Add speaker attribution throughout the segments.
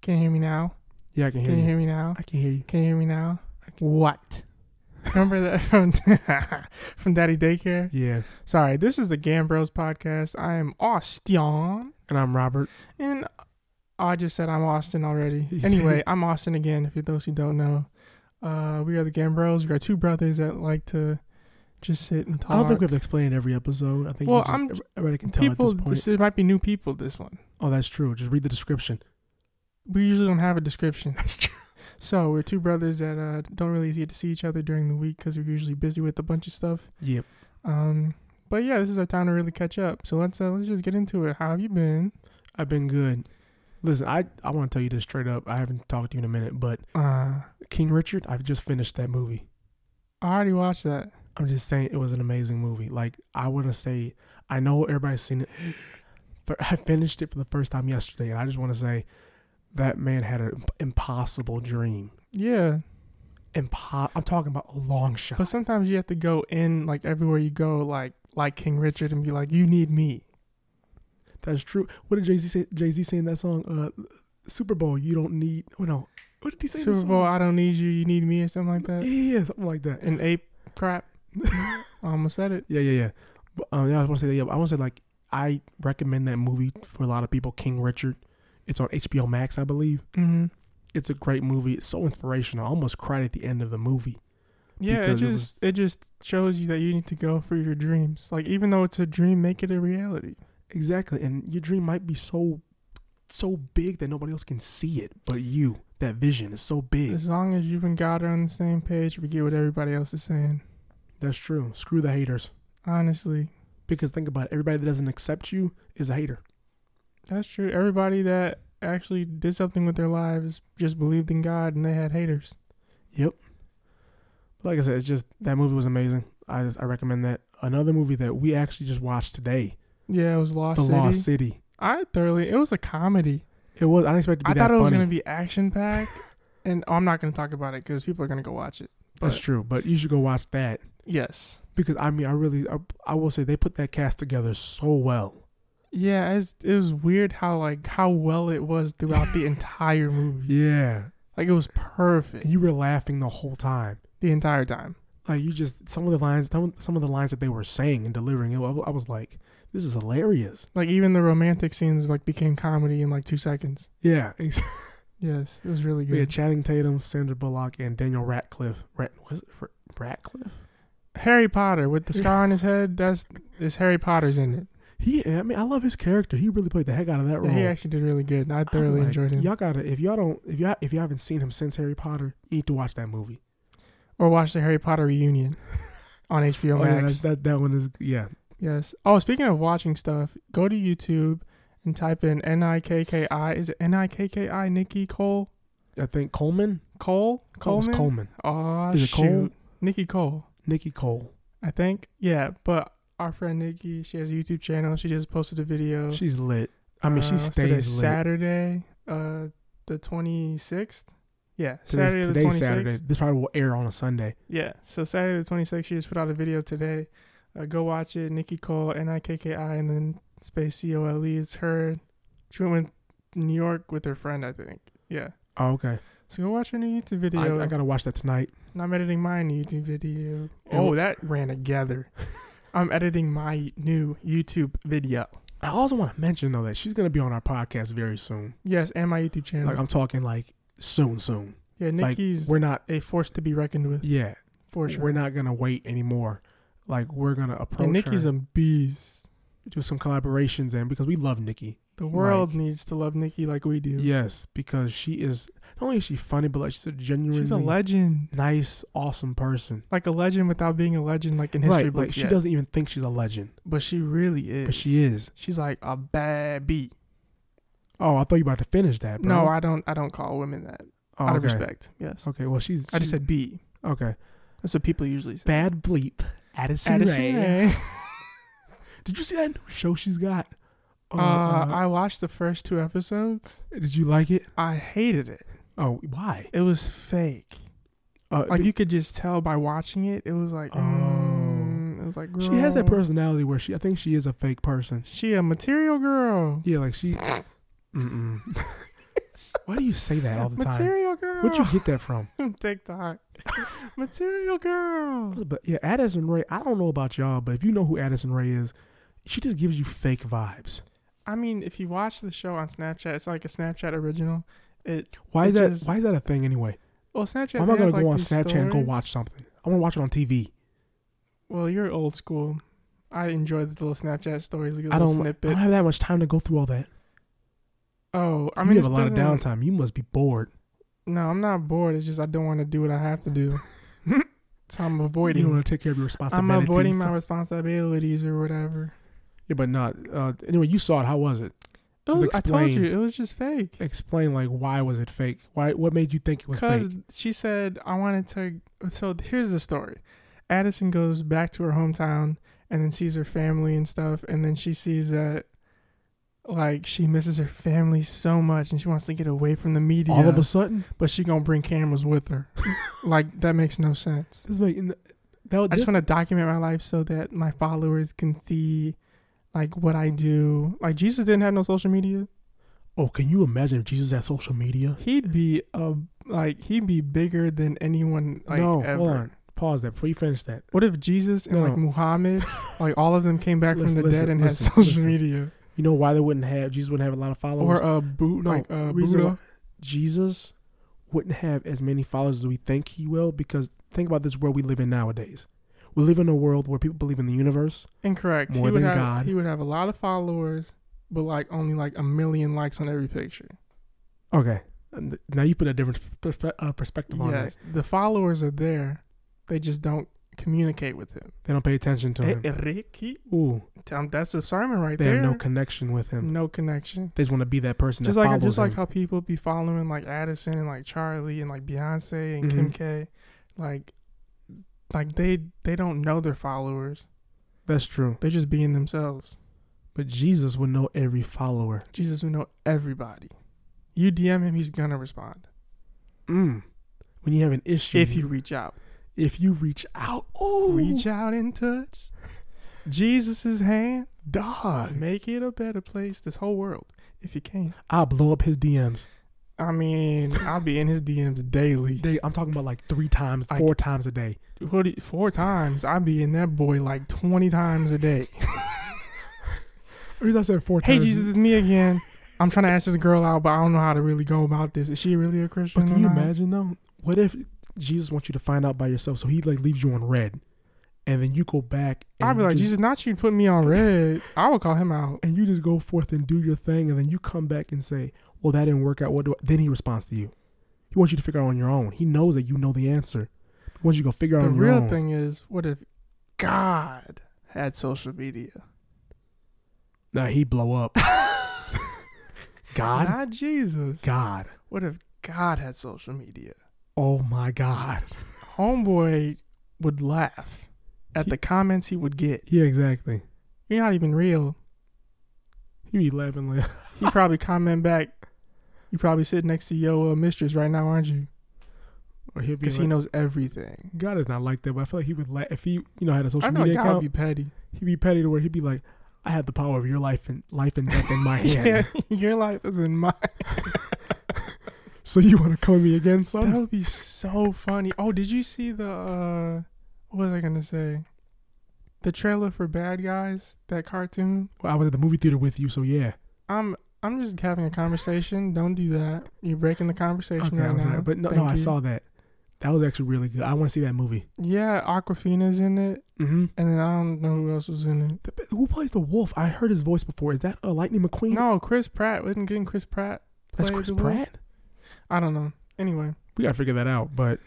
Speaker 1: Can you hear me now?
Speaker 2: Yeah, I can hear
Speaker 1: Can you
Speaker 2: you.
Speaker 1: hear me now?
Speaker 2: I can hear you.
Speaker 1: Can you hear me now? What? Remember that from from Daddy Daycare?
Speaker 2: Yeah.
Speaker 1: Sorry, this is the Gambros podcast. I am Austin,
Speaker 2: And I'm Robert.
Speaker 1: and I just said I'm Austin already. Anyway, I'm Austin again. For those who don't know, uh, we are the Gambros. We are two brothers that like to just sit and talk.
Speaker 2: I don't think we have to explain every episode. I think
Speaker 1: Well,
Speaker 2: you just, e-,
Speaker 1: I'm-
Speaker 2: everybody can tell
Speaker 1: people.
Speaker 2: at this point.
Speaker 1: This, it might be new people. This one.
Speaker 2: oh, that's true. Just read the description.
Speaker 1: we usually don't have a description.
Speaker 2: That's true.
Speaker 1: So we're two brothers that uh, don't really get to see each other during the week because we're usually busy with a bunch of stuff.
Speaker 2: Yep.
Speaker 1: Um, but yeah, this is our time to really catch up. So let's uh, let's just get into it. How have you been?
Speaker 2: I've been good. Listen, I I want to tell you this straight up. I haven't talked to you in a minute, but
Speaker 1: Uh,
Speaker 2: King Richard, I've just finished that movie.
Speaker 1: I already watched that.
Speaker 2: I'm just saying it was an amazing movie. Like I want to say, I know everybody's seen it. But I finished it for the first time yesterday, and I just want to say that man had an impossible dream.
Speaker 1: Yeah,
Speaker 2: Impo- I'm talking about a long shot.
Speaker 1: but sometimes you have to go in like everywhere you go, like like King Richard, and be like, "You need me."
Speaker 2: That's true. What did Jay Z say? Jay Z saying that song, uh, Super Bowl. You don't need. Oh no. What did he say? in the
Speaker 1: Super Bowl, I don't need you. You need me, or something like
Speaker 2: song?
Speaker 1: that.
Speaker 2: Yeah, something like that.
Speaker 1: And ape crap. I almost said it.
Speaker 2: Yeah, yeah, yeah. But, um, yeah, I want to say that. Yeah, but I want to say like I recommend that movie for a lot of people. King Richard. It's on HBO Max, I believe.
Speaker 1: Mm-hmm.
Speaker 2: It's a great movie. It's so inspirational. I almost cried at the end of the movie.
Speaker 1: Yeah,
Speaker 2: because
Speaker 1: it
Speaker 2: it
Speaker 1: just it, just shows you that you need to go for your dreams. Like even though it's a dream, make it a reality.
Speaker 2: Exactly. And your dream might be so, so big that nobody else can see it but you. That vision is so big.
Speaker 1: As long as you and God are on the same page, forget what everybody else is saying.
Speaker 2: That's true. Screw the haters.
Speaker 1: Honestly,
Speaker 2: Because think about it, everybody that doesn't accept you is a hater.
Speaker 1: that's true. Everybody that actually did something with their lives just believed in God and they had haters.
Speaker 2: Yep. Like I said, it's just that movie was amazing. I just, I recommend that. Another movie that we actually just watched today,
Speaker 1: Yeah, it was Lost
Speaker 2: The
Speaker 1: City.
Speaker 2: Lost City.
Speaker 1: I thoroughly it was a comedy.
Speaker 2: It was. I didn't expect it to be
Speaker 1: I
Speaker 2: that
Speaker 1: thought it
Speaker 2: funny.
Speaker 1: was gonna be action packed, and oh, I'm not gonna talk about it because people are gonna go watch it.
Speaker 2: That's
Speaker 1: but-
Speaker 2: true. But you should go watch that
Speaker 1: Yes.
Speaker 2: because I mean I really I, I will say they put that cast together so well.
Speaker 1: Yeah, it's, it was weird how like how well it was throughout the entire movie.
Speaker 2: Yeah.
Speaker 1: Like it was perfect
Speaker 2: And you were laughing the whole time.
Speaker 1: the entire time.
Speaker 2: Like you just some of the lines some some of the lines that they were saying and delivering. It, I was like, this is hilarious.
Speaker 1: Like even the romantic scenes like became comedy in like two seconds.
Speaker 2: Yeah.
Speaker 1: Yes, it was really
Speaker 2: We had
Speaker 1: good.
Speaker 2: Channing Tatum, Sandra Bullock, and Daniel Ratcliffe. Rat was it Ra- Ratcliffe?
Speaker 1: Harry Potter with the scar on his head. That's is Harry Potter's in it.
Speaker 2: He, I mean, I love his character. He really played the heck out of that
Speaker 1: Yeah,
Speaker 2: role.
Speaker 1: he actually did really good. and I
Speaker 2: I'm
Speaker 1: thoroughly
Speaker 2: like,
Speaker 1: enjoyed him.
Speaker 2: Y'all gotta if y'all don't if y'all if you haven't seen him since Harry Potter, you need to watch that movie.
Speaker 1: Or watch the Harry Potter reunion on HBO
Speaker 2: Oh, yeah,
Speaker 1: Max.
Speaker 2: that, that that one is yeah.
Speaker 1: yes. Oh, speaking of watching stuff, go to YouTube and type in N I K K I. Is it N I K K I? Nikki Cole
Speaker 2: I think Coleman.
Speaker 1: Cole
Speaker 2: Oh, it was
Speaker 1: Coleman.
Speaker 2: Coleman.
Speaker 1: Aw,
Speaker 2: Is it
Speaker 1: shoot.
Speaker 2: Cole?
Speaker 1: Nikki Cole.
Speaker 2: Nikki Cole.
Speaker 1: I think. Yeah, but our friend Nikki, she has a YouTube channel. She just posted a video.
Speaker 2: She's lit. I mean,
Speaker 1: Uh,
Speaker 2: she
Speaker 1: what's today?
Speaker 2: stays lit.
Speaker 1: Saturday, uh, the twenty sixth. Yeah,
Speaker 2: Today's-
Speaker 1: Saturday the
Speaker 2: today's
Speaker 1: twenty
Speaker 2: Saturday.
Speaker 1: sixth.
Speaker 2: This probably will air on a Sunday.
Speaker 1: Yeah, so Saturday the twenty sixth, she just put out a video today. Uh, go watch it. Nikki Cole, N I K K I, and then space C O L E. It's her. She went to New York with her friend, I think. Yeah.
Speaker 2: Oh, okay.
Speaker 1: So go watch her new YouTube
Speaker 2: I,
Speaker 1: video.
Speaker 2: I gotta watch that tonight.
Speaker 1: And I'm editing my new YouTube video.
Speaker 2: And
Speaker 1: Oh,
Speaker 2: wh-
Speaker 1: that ran together. I'm editing my new YouTube video.
Speaker 2: I also want to mention though that she's gonna be on our podcast very soon.
Speaker 1: Yes, and my YouTube channel.
Speaker 2: Like I'm talking like soon, soon.
Speaker 1: yeah,
Speaker 2: Like
Speaker 1: Nikki's
Speaker 2: we're not.
Speaker 1: a force to be reckoned with
Speaker 2: Yeah,
Speaker 1: for sure.
Speaker 2: we're not gonna wait anymore. Like we're gonna approach
Speaker 1: and Nikki's
Speaker 2: her,
Speaker 1: a beast.
Speaker 2: do some collaborations, and because we love Nikki.
Speaker 1: The world
Speaker 2: Like-
Speaker 1: needs to love Nikki like we do.
Speaker 2: Yes, because she is not only is she funny, but like she's a genuinely
Speaker 1: She's a legend.
Speaker 2: nice, awesome person.
Speaker 1: Like a legend without being a legend, like in history
Speaker 2: right? Like
Speaker 1: books.
Speaker 2: she
Speaker 1: yet.
Speaker 2: doesn't even think she's a legend,
Speaker 1: but she really is.
Speaker 2: but she is.
Speaker 1: She's like a bad bee.
Speaker 2: Oh, I thought you were about to finish that. Bro.
Speaker 1: No, I don't. I don't call women that.
Speaker 2: oh,
Speaker 1: out of
Speaker 2: okay. Oh,
Speaker 1: respect. Yes.
Speaker 2: Okay, well she's.
Speaker 1: I just
Speaker 2: she's-
Speaker 1: said bee.
Speaker 2: okay.
Speaker 1: That's what people usually say.
Speaker 2: Bad bleep, Addison,
Speaker 1: Addison
Speaker 2: Rae.
Speaker 1: Rae.
Speaker 2: Did you see that new show she's got?
Speaker 1: Uh, I watched the first two episodes.
Speaker 2: did you like it?
Speaker 1: I hated it.
Speaker 2: Oh, why?
Speaker 1: It was fake.
Speaker 2: Uh,
Speaker 1: like you could just tell by watching it. It was like,
Speaker 2: Oh.
Speaker 1: mm, it was like girl.
Speaker 2: She has that personality where she, I think she is a fake person.
Speaker 1: She a material girl.
Speaker 2: Yeah, like she. Mm-mm. Why do you say that all the time?
Speaker 1: Material girl.
Speaker 2: Where'd you get that from?
Speaker 1: TikTok? Material girl.
Speaker 2: But yeah, Addison Ray, I don't know about y'all, but if you know who Addison Ray is, she just gives you fake vibes.
Speaker 1: I mean, if you watch the show on Snapchat, it's like a Snapchat original. It
Speaker 2: Why is
Speaker 1: It
Speaker 2: that
Speaker 1: just-
Speaker 2: why is that a thing anyway?
Speaker 1: well, Snapchat.
Speaker 2: Why am
Speaker 1: they
Speaker 2: I gonna
Speaker 1: have,
Speaker 2: go
Speaker 1: like,
Speaker 2: on Snapchat
Speaker 1: these
Speaker 2: and go
Speaker 1: stories.
Speaker 2: watch something? I wanna watch it on TV.
Speaker 1: Well, you're old school. I enjoy the little Snapchat stories, the little
Speaker 2: I don't, I
Speaker 1: snippets.
Speaker 2: don't have that much time to go through all that.
Speaker 1: Oh, I
Speaker 2: you
Speaker 1: mean,
Speaker 2: have
Speaker 1: this
Speaker 2: a lot of
Speaker 1: doesn't-
Speaker 2: downtime. You must be bored.
Speaker 1: No, I'm not bored. It's just I don't want to do what I have to do. so I'm
Speaker 2: You don't
Speaker 1: avoiding.
Speaker 2: want to take care of your
Speaker 1: I'm
Speaker 2: responsibility.
Speaker 1: avoiding my responsibilities or whatever.
Speaker 2: Yeah, but not. Uh, anyway, you saw it. How was it?
Speaker 1: It
Speaker 2: Just
Speaker 1: was- Oh, I told
Speaker 2: explain.
Speaker 1: you, it was just fake.
Speaker 2: Explain like why was it fake? Why? What made you think it was
Speaker 1: Because
Speaker 2: fake?
Speaker 1: she said, I wanted to. So here's the story Addison goes back to her hometown and then sees her family and stuff. And then she sees that, like, she misses her family so much and she wants to get away from the media.
Speaker 2: All of a sudden,
Speaker 1: But she going to bring cameras with her. like, that makes no sense.
Speaker 2: this making that would
Speaker 1: I just
Speaker 2: that-
Speaker 1: want to document my life so that my followers can see, like, what I do. Like, Jesus didn't have no social media.
Speaker 2: Oh, can you imagine if Jesus had social media?
Speaker 1: He'd be a like he'd be bigger than anyone like
Speaker 2: no,
Speaker 1: ever.
Speaker 2: hold on. Pause that before you finish that.
Speaker 1: What if Jesus and like
Speaker 2: No.
Speaker 1: Muhammad, like all of them came back from
Speaker 2: Listen,
Speaker 1: the
Speaker 2: listen,
Speaker 1: dead and
Speaker 2: listen,
Speaker 1: had social
Speaker 2: listen.
Speaker 1: media,
Speaker 2: You know why they wouldn't have Jesus wouldn't have a lot of followers?
Speaker 1: or a boot
Speaker 2: No,
Speaker 1: like a
Speaker 2: reason
Speaker 1: Buddha?
Speaker 2: why- Jesus wouldn't have as many followers as we think he will because think about this world we live in nowadays. We live in a world where people believe in the universe.
Speaker 1: Incorrect.
Speaker 2: More
Speaker 1: he would
Speaker 2: than
Speaker 1: have,
Speaker 2: God.
Speaker 1: He would have a lot of followers, but like only like a million likes on every picture.
Speaker 2: Okay, and now you put a different perspe- uh, perspective on this.
Speaker 1: Yes, the followers are there, they just don't communicate with him.
Speaker 2: They don't pay attention to him.
Speaker 1: Eh, Ricky,
Speaker 2: Ooh,
Speaker 1: um, that's a sermon right
Speaker 2: they
Speaker 1: there.
Speaker 2: have no connection with him.
Speaker 1: no connection.
Speaker 2: They just want to be that person.
Speaker 1: Just
Speaker 2: that
Speaker 1: like
Speaker 2: follows
Speaker 1: just like
Speaker 2: him.
Speaker 1: how people be following like Addison and like Charlie and like Beyonce and Kim
Speaker 2: Mhm.
Speaker 1: K, like like they they don't know their followers.
Speaker 2: that's true.
Speaker 1: They're just being themselves.
Speaker 2: But Jesus would know every follower.
Speaker 1: Jesus will know everybody. You DM him, he's gonna respond
Speaker 2: Mm. When you have an issue,
Speaker 1: if you reach out.
Speaker 2: if you reach out, oh,
Speaker 1: Reach out and touch Jesus's hand.
Speaker 2: dog,
Speaker 1: Make it a better place, this whole world, if you can.
Speaker 2: I'll blow up his DMs.
Speaker 1: I mean, I'll be in his DMs daily.
Speaker 2: They, I'm talking about like three times,
Speaker 1: I-
Speaker 2: four times a day.
Speaker 1: What do you- Four times. I'll be in that boy like 20 times a day.
Speaker 2: The reason I said four
Speaker 1: Hey,
Speaker 2: times.
Speaker 1: Jesus, it's me again. I'm trying to ask this girl out, but I don't know how to really go about this. Is she really a Christian?
Speaker 2: But
Speaker 1: or
Speaker 2: can you
Speaker 1: not?
Speaker 2: imagine though? What if Jesus wants you to find out by yourself? So he like leaves you on red, and then you go back. And
Speaker 1: I'd be
Speaker 2: you
Speaker 1: like,
Speaker 2: just-
Speaker 1: Jesus, not you put me on red. I would call him out.
Speaker 2: and you just go forth and do your thing, and then you come back and say, "Well, that didn't work out." What do? I? Then he responds to you. He wants you to figure out on your own. He knows that you know the answer. He wants you to go figure out
Speaker 1: The
Speaker 2: on your
Speaker 1: real
Speaker 2: own.
Speaker 1: thing is, what if God had social media?
Speaker 2: Nah, he blow up. God,
Speaker 1: Not Jesus.
Speaker 2: God,
Speaker 1: What if God had social media?
Speaker 2: oh my God.
Speaker 1: Homeboy would laugh at the comments he would get.
Speaker 2: Yeah, exactly.
Speaker 1: You're not even real.
Speaker 2: He be laughing like,
Speaker 1: He probably comment back. You probably sitting next to your uh, mistress right now, aren't you?
Speaker 2: or he'll be
Speaker 1: Because
Speaker 2: like,
Speaker 1: he knows everything.
Speaker 2: God is not like that. But I feel like he would laugh if he, you know, had a social
Speaker 1: I know
Speaker 2: media
Speaker 1: God
Speaker 2: account.
Speaker 1: would be petty.
Speaker 2: he'd be petty to where he'd be like, "I have the power of your life and life and death in my hand.
Speaker 1: Yeah, your life is in mine.
Speaker 2: So you want to come at me again,
Speaker 1: That
Speaker 2: son?
Speaker 1: would be so funny. Oh, did you see the uh what was I gonna say? The trailer for Bad Guys, that cartoon?
Speaker 2: Well, I was at the movie theater with you, so yeah.
Speaker 1: I'm I'm just having a conversation. Don't do that. You're breaking the conversation
Speaker 2: Okay,
Speaker 1: right
Speaker 2: I'm
Speaker 1: now.
Speaker 2: sorry, but no, no,
Speaker 1: Thank
Speaker 2: I
Speaker 1: you.
Speaker 2: saw that. That was actually really good. I want to see that movie.
Speaker 1: Yeah, Aquafina's in it,
Speaker 2: Mm-hmm.
Speaker 1: and then I don't know who else was in it.
Speaker 2: who plays the wolf? I heard his voice before. Is that a Lightning McQueen?
Speaker 1: No, Chris Pratt. Wasn't getting Chris Pratt.
Speaker 2: that's
Speaker 1: played
Speaker 2: Chris
Speaker 1: the wolf?
Speaker 2: Pratt.
Speaker 1: I don't know. Anyway,
Speaker 2: We gotta figure that out. But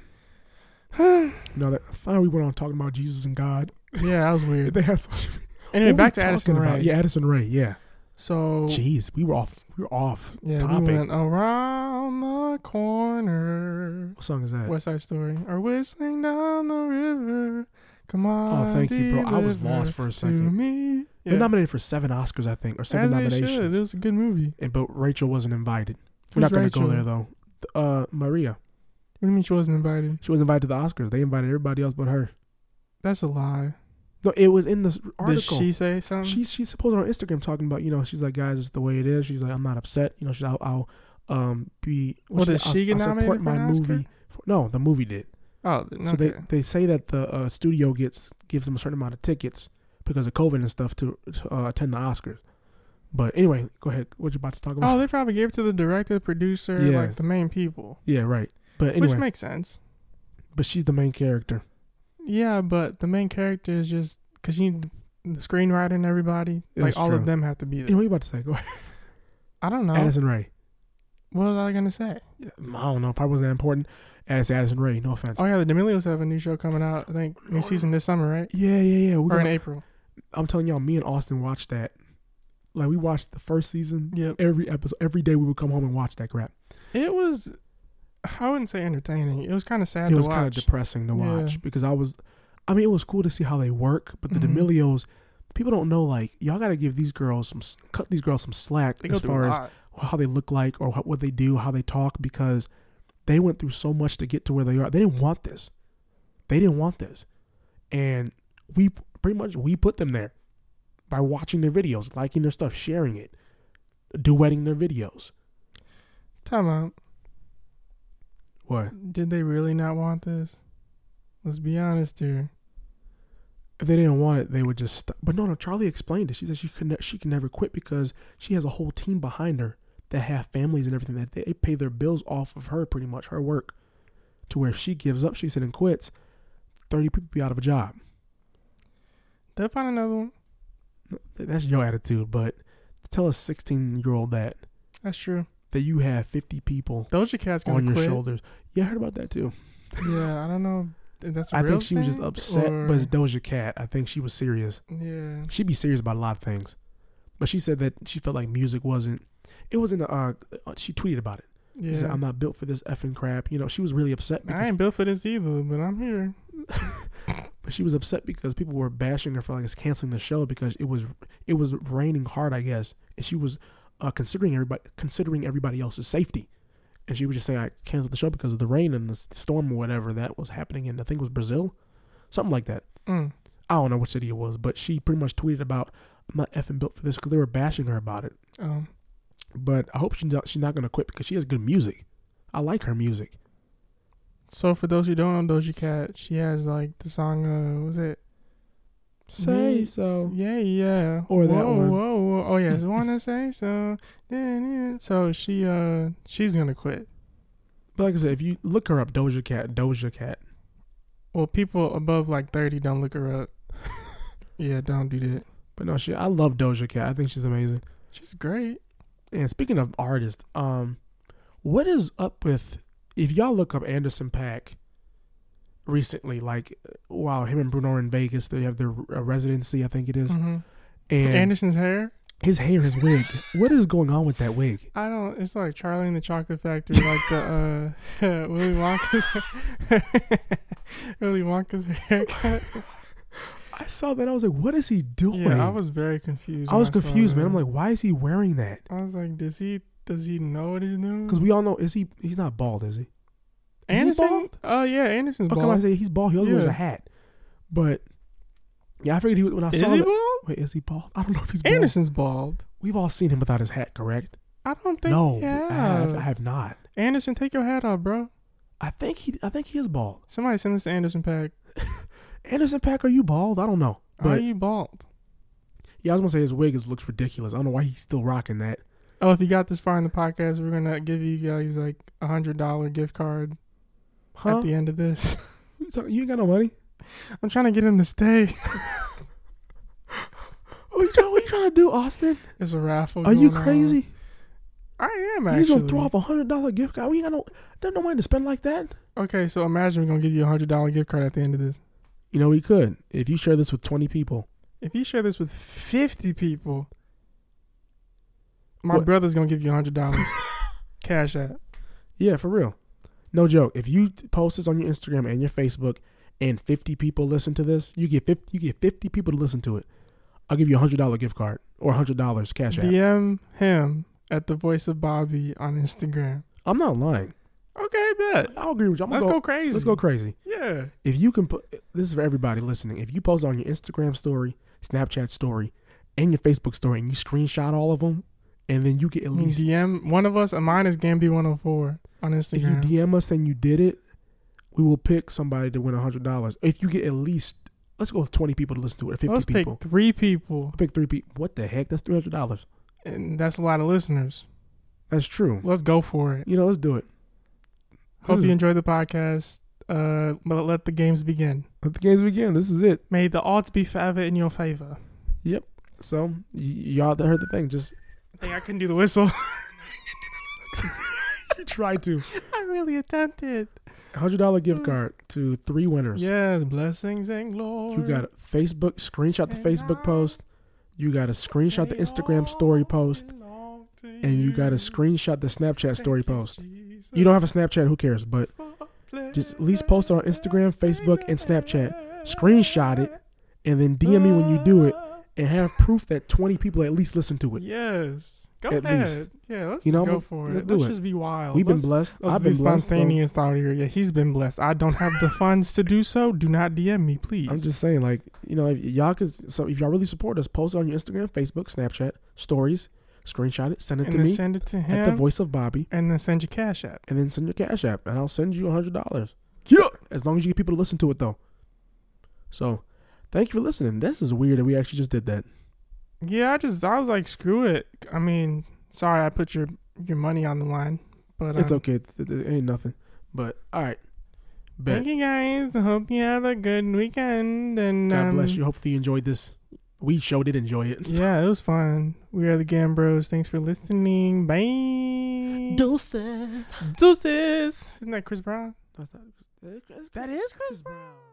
Speaker 2: no, that finally we went on talking about Jesus and God.
Speaker 1: yeah, that was weird.
Speaker 2: They had social media.
Speaker 1: Anyway,
Speaker 2: What
Speaker 1: back
Speaker 2: we
Speaker 1: to Addison
Speaker 2: talking about?
Speaker 1: Rae.
Speaker 2: Yeah, Addison Ray. Yeah.
Speaker 1: So
Speaker 2: Jeez, we were off. We were off.
Speaker 1: Yeah,
Speaker 2: topic.
Speaker 1: we went around the corner.
Speaker 2: What song is that?
Speaker 1: West Side Story. Or whistling down the river. Come on.
Speaker 2: Oh, thank you, bro. I was lost for
Speaker 1: To
Speaker 2: a second.
Speaker 1: me.
Speaker 2: They're nominated for seven Oscars, I think, or seven
Speaker 1: As they should.
Speaker 2: nominations.
Speaker 1: It was a good movie.
Speaker 2: and but Rachel wasn't invited. We're
Speaker 1: Who's
Speaker 2: not going to
Speaker 1: Rachel?
Speaker 2: go there though. Th- Uh, Maria,
Speaker 1: What do you mean she wasn't invited?
Speaker 2: she was invited to the Oscars. They invited everybody else but her.
Speaker 1: That's a lie.
Speaker 2: No, it was in this article.
Speaker 1: Did she say something?
Speaker 2: she she's supposed on Instagram talking about you know she's like guys, it's the way it is. She's like I'm not upset. You know she's I'll, I'll um be
Speaker 1: Well,
Speaker 2: she
Speaker 1: did
Speaker 2: said,
Speaker 1: she get nominated for an Oscar?
Speaker 2: movie for, no the movie did
Speaker 1: Oh, th-
Speaker 2: so
Speaker 1: okay.
Speaker 2: they they say that the uh, studio gets gives them a certain amount of tickets because of covid and stuff to, to uh, attend the oscars but anyway go ahead what you about to talk about
Speaker 1: oh, they probably gave it to the director, producer, like
Speaker 2: Yes.
Speaker 1: the main people,
Speaker 2: yeah right but anyway
Speaker 1: which makes sense.
Speaker 2: but she's the main character
Speaker 1: Yeah, but the main character is just because you need the screenwriter and everybody.
Speaker 2: Yeah,
Speaker 1: like
Speaker 2: that's
Speaker 1: all
Speaker 2: true.
Speaker 1: of them have to be there.
Speaker 2: anyway, what you about to say go ahead
Speaker 1: I don't know.
Speaker 2: addison ray
Speaker 1: What was I gonna say?
Speaker 2: Yeah, I don't know. Probably wasn't that important. As Addison Ray, no offense.
Speaker 1: Oh yeah, the D'Amelios have a new show coming out. I think new season this summer, right?
Speaker 2: yeah, yeah, yeah. We
Speaker 1: Or in
Speaker 2: got-
Speaker 1: April.
Speaker 2: I'm telling y'all, me and Austin watched that. Like we watched the first season.
Speaker 1: Yep.
Speaker 2: Every episode, every day we would come home and watch that crap.
Speaker 1: It was. I wouldn't say entertaining. It was kind of sad
Speaker 2: It
Speaker 1: to
Speaker 2: was
Speaker 1: watch.
Speaker 2: kind of depressing to
Speaker 1: Yeah.
Speaker 2: watch because I was, I mean, it was cool to see how they work, but the
Speaker 1: Mhm.
Speaker 2: D'Amelios, people don't know. Like y'all got to give these girls some, s- cut these girls some slack
Speaker 1: they go
Speaker 2: as
Speaker 1: through
Speaker 2: far
Speaker 1: a
Speaker 2: as
Speaker 1: lot.
Speaker 2: how they look like or how, what they do, how they talk, because they went through so much to get to where they are. They didn't want this. They didn't want this, and we p- pretty much we put them there by watching their videos, liking their stuff, sharing it, duetting their videos.
Speaker 1: Time out.
Speaker 2: What
Speaker 1: Did they really not want this? Let's be honest here.
Speaker 2: if they didn't want it? They would just. St- but no, no. Charlie explained it. She said she could ne- she can never quit because she has a whole team behind her that have families and everything that they pay their bills off of her pretty much her work. To where if she gives up, she said and quits, thirty people be out of a job.
Speaker 1: They'll find another one.
Speaker 2: Th- that's your attitude. But to tell a 16 year old that
Speaker 1: That's true.
Speaker 2: that you have 50 people
Speaker 1: Doja Cat's gonna
Speaker 2: on your
Speaker 1: quit.
Speaker 2: shoulders. Yeah, I heard about that too.
Speaker 1: Yeah, I don't know. If that's a
Speaker 2: I
Speaker 1: real
Speaker 2: think she was just
Speaker 1: thing,
Speaker 2: upset,
Speaker 1: or-
Speaker 2: but it's Doja Cat. I think she was serious.
Speaker 1: yeah,
Speaker 2: She'd be serious about a lot of things, but she said that she felt like music wasn't. It wasn't. Uh, she tweeted about it. She said,
Speaker 1: yeah.
Speaker 2: "I'm not built for this effing crap." You know, she was really upset
Speaker 1: I
Speaker 2: because
Speaker 1: ain't built for this either, but I'm here.
Speaker 2: but she was upset because people were bashing her for like canceling the show because it was it was raining hard, I guess, and she was uh, considering everybody considering everybody else's safety, and she was just saying I canceled the show because of the rain and the storm or whatever that was happening in I think it was Brazil, something like that.
Speaker 1: Mm.
Speaker 2: I don't know what city it was, but she pretty much tweeted about I'm not effing built for this because they were bashing her about it.
Speaker 1: Um,
Speaker 2: But I hope she's not, she's not gonna quit because she has good music. I like her music.
Speaker 1: so for those who don't know Doja Cat, she has like the song. Uh, what was it
Speaker 2: Say
Speaker 1: Yeah,
Speaker 2: so.
Speaker 1: Yeah, yeah.
Speaker 2: Or that
Speaker 1: whoa,
Speaker 2: one.
Speaker 1: Whoa, whoa. Oh yes, wanna say so. Yeah, yeah. So she uh she's gonna quit.
Speaker 2: But like I said, if you look her up, Doja Cat, Doja Cat,
Speaker 1: Well, people above like thirty don't look her up. yeah, don't do that.
Speaker 2: But no, she. I love Doja Cat. I think she's amazing.
Speaker 1: She's great.
Speaker 2: And speaking of artists, um, what is up with if y'all look up Anderson Pack recently? Like, wow, him and Bruno are in Vegas. They have their uh, residency, I think it is.
Speaker 1: hmm
Speaker 2: and
Speaker 1: Anderson's hair.
Speaker 2: his hair, his wig. what is going on with that wig?
Speaker 1: I don't. It's like Charlie and the Chocolate Factory, like the uh, Willy Wonka's Willy Wonka's haircut.
Speaker 2: I saw that. I was like, what is he doing?
Speaker 1: Yeah, I was very confused.
Speaker 2: I was
Speaker 1: when saw
Speaker 2: confused, man.
Speaker 1: that.
Speaker 2: I'm like, why is he wearing that?
Speaker 1: I was like, does he does he know what he's doing?
Speaker 2: Because we all know is he? He's not bald, is he? Is he
Speaker 1: Anderson?
Speaker 2: bald?
Speaker 1: Oh yeah, Anderson's
Speaker 2: Okay, I'm about
Speaker 1: bald.
Speaker 2: to say he's bald. He always wears
Speaker 1: Yeah.
Speaker 2: a hat. But yeah, I figured he was when I
Speaker 1: Is
Speaker 2: saw
Speaker 1: he
Speaker 2: that-
Speaker 1: bald?
Speaker 2: Wait, is he bald? I don't know if he's bald.
Speaker 1: Anderson's bald.
Speaker 2: We've all seen him without his hat, correct?
Speaker 1: I don't think.
Speaker 2: No, I, have,
Speaker 1: Yeah.
Speaker 2: I have not.
Speaker 1: Anderson, take your hat off, bro.
Speaker 2: I think he. I think he is bald.
Speaker 1: Somebody send this to Anderson Pack.
Speaker 2: Anderson Pack, are you bald? I don't know.
Speaker 1: Are
Speaker 2: But
Speaker 1: you bald?
Speaker 2: yeah, I was gonna say his wig is, looks ridiculous. I don't know why he's still rocking that.
Speaker 1: Oh, if you got this far in the podcast, we're gonna give you guys like a hundred dollar gift card
Speaker 2: Huh?
Speaker 1: at the end of this.
Speaker 2: You talk- you ain't got no money.
Speaker 1: I'm trying to get him to stay.
Speaker 2: What you, trying, what you trying to do, Austin?
Speaker 1: It's a raffle.
Speaker 2: Are you
Speaker 1: going on.
Speaker 2: crazy?
Speaker 1: I am
Speaker 2: You just
Speaker 1: actually.
Speaker 2: gonna throw off a hundred dollar gift card? We ain't got no. There's no money to spend like that.
Speaker 1: Okay, so imagine we're gonna give you a hundred dollar gift card at the end of this.
Speaker 2: You know we could if you share this with twenty people.
Speaker 1: If you share this with fifty people, my
Speaker 2: What?
Speaker 1: brother's gonna give you a hundred dollars cash app.
Speaker 2: Yeah, for real. No joke. If you post this on your Instagram and your Facebook, and fifty people listen to this, you get fifty. You get fifty people to listen to it. I'll give you a hundred dollar gift card or a hundred dollars cash app.
Speaker 1: DM him at the voice of Bobby on Instagram.
Speaker 2: I'm not lying.
Speaker 1: Okay, bet.
Speaker 2: I'll agree with you. I'm
Speaker 1: Let's
Speaker 2: gonna
Speaker 1: go,
Speaker 2: go,
Speaker 1: crazy.
Speaker 2: Let's go crazy.
Speaker 1: Yeah.
Speaker 2: If you can put this is for everybody listening. If you post on your Instagram story, Snapchat story, and your Facebook story, and you screenshot all of them and then you get at
Speaker 1: I mean,
Speaker 2: least
Speaker 1: DM one of us. uh, Mine is Gambi104 on
Speaker 2: if you
Speaker 1: Instagram.
Speaker 2: DM us and you did it, we will pick somebody to win hundred dollars. If you get at least let's go with twenty people to listen to it or 50
Speaker 1: Let's
Speaker 2: people.
Speaker 1: pick three people,
Speaker 2: I'll pick three people. What the heck? That's three hundred dollars.
Speaker 1: and that's a lot of listeners.
Speaker 2: That's true.
Speaker 1: Let's go for it.
Speaker 2: You know, let's do it.
Speaker 1: Hope
Speaker 2: This
Speaker 1: you
Speaker 2: is-
Speaker 1: enjoyed the podcast. Uh, but let the games begin.
Speaker 2: Let the games begin. This is it.
Speaker 1: May the odds be forever in your favor.
Speaker 2: So y- y'all that heard the thing, just
Speaker 1: I think I couldn't do the whistle.
Speaker 2: try to
Speaker 1: I really attempted.
Speaker 2: hundred dollar gift card to three winners.
Speaker 1: Yes, blessings and glory.
Speaker 2: You got a Facebook screenshot the
Speaker 1: And I-
Speaker 2: Facebook post. You got to screenshot the Instagram story post, and you got to screenshot the Snapchat story post. You don't have a Snapchat, who cares? But
Speaker 1: don't
Speaker 2: just at least post it on Instagram, Facebook, and Snapchat. Screenshot it, and then DM me when you do
Speaker 1: Uh.
Speaker 2: it, and have proof that 20 people at least listen to it.
Speaker 1: Yes. Go
Speaker 2: At
Speaker 1: ahead.
Speaker 2: least.
Speaker 1: Yeah, let's
Speaker 2: You
Speaker 1: just
Speaker 2: know,
Speaker 1: go for
Speaker 2: let's
Speaker 1: it.
Speaker 2: do
Speaker 1: let's
Speaker 2: it.
Speaker 1: just be wild.
Speaker 2: We've been
Speaker 1: Let's-
Speaker 2: blessed.
Speaker 1: let's
Speaker 2: I've
Speaker 1: be
Speaker 2: been blessed. so
Speaker 1: spontaneous out here. Yeah, he's been blessed. I don't have the funds to do so. Do not DM me, please.
Speaker 2: I'm just saying, like, you know, if y'all could, so if y'all really support us, post it on your Instagram, Facebook, Snapchat, stories, screenshot it, send it
Speaker 1: and
Speaker 2: to
Speaker 1: then
Speaker 2: me
Speaker 1: send it to
Speaker 2: at the
Speaker 1: him,
Speaker 2: voice of Bobby,
Speaker 1: and then send your cash app.
Speaker 2: and then send your Cash App, and I'll send you $100.
Speaker 1: Yeah.
Speaker 2: As long as you get people to listen to it, though. So, thank you for listening. This is weird that we actually just did that.
Speaker 1: Yeah, I just I was like, screw it. I mean, sorry, I put your your money on the line, but
Speaker 2: It's
Speaker 1: um,
Speaker 2: okay. It, it- it ain't nothing. But all right. Bet.
Speaker 1: Thank you guys. I hope you have a good weekend. And
Speaker 2: God
Speaker 1: um,
Speaker 2: bless you. Hopefully you enjoyed this. We show did enjoy it.
Speaker 1: Yeah, it was fun. We are the Gambros. Thanks for listening. Bye.
Speaker 2: Doses.
Speaker 1: Deuces. Isn't that Chris Brown?
Speaker 2: That
Speaker 1: That is Chris Brown.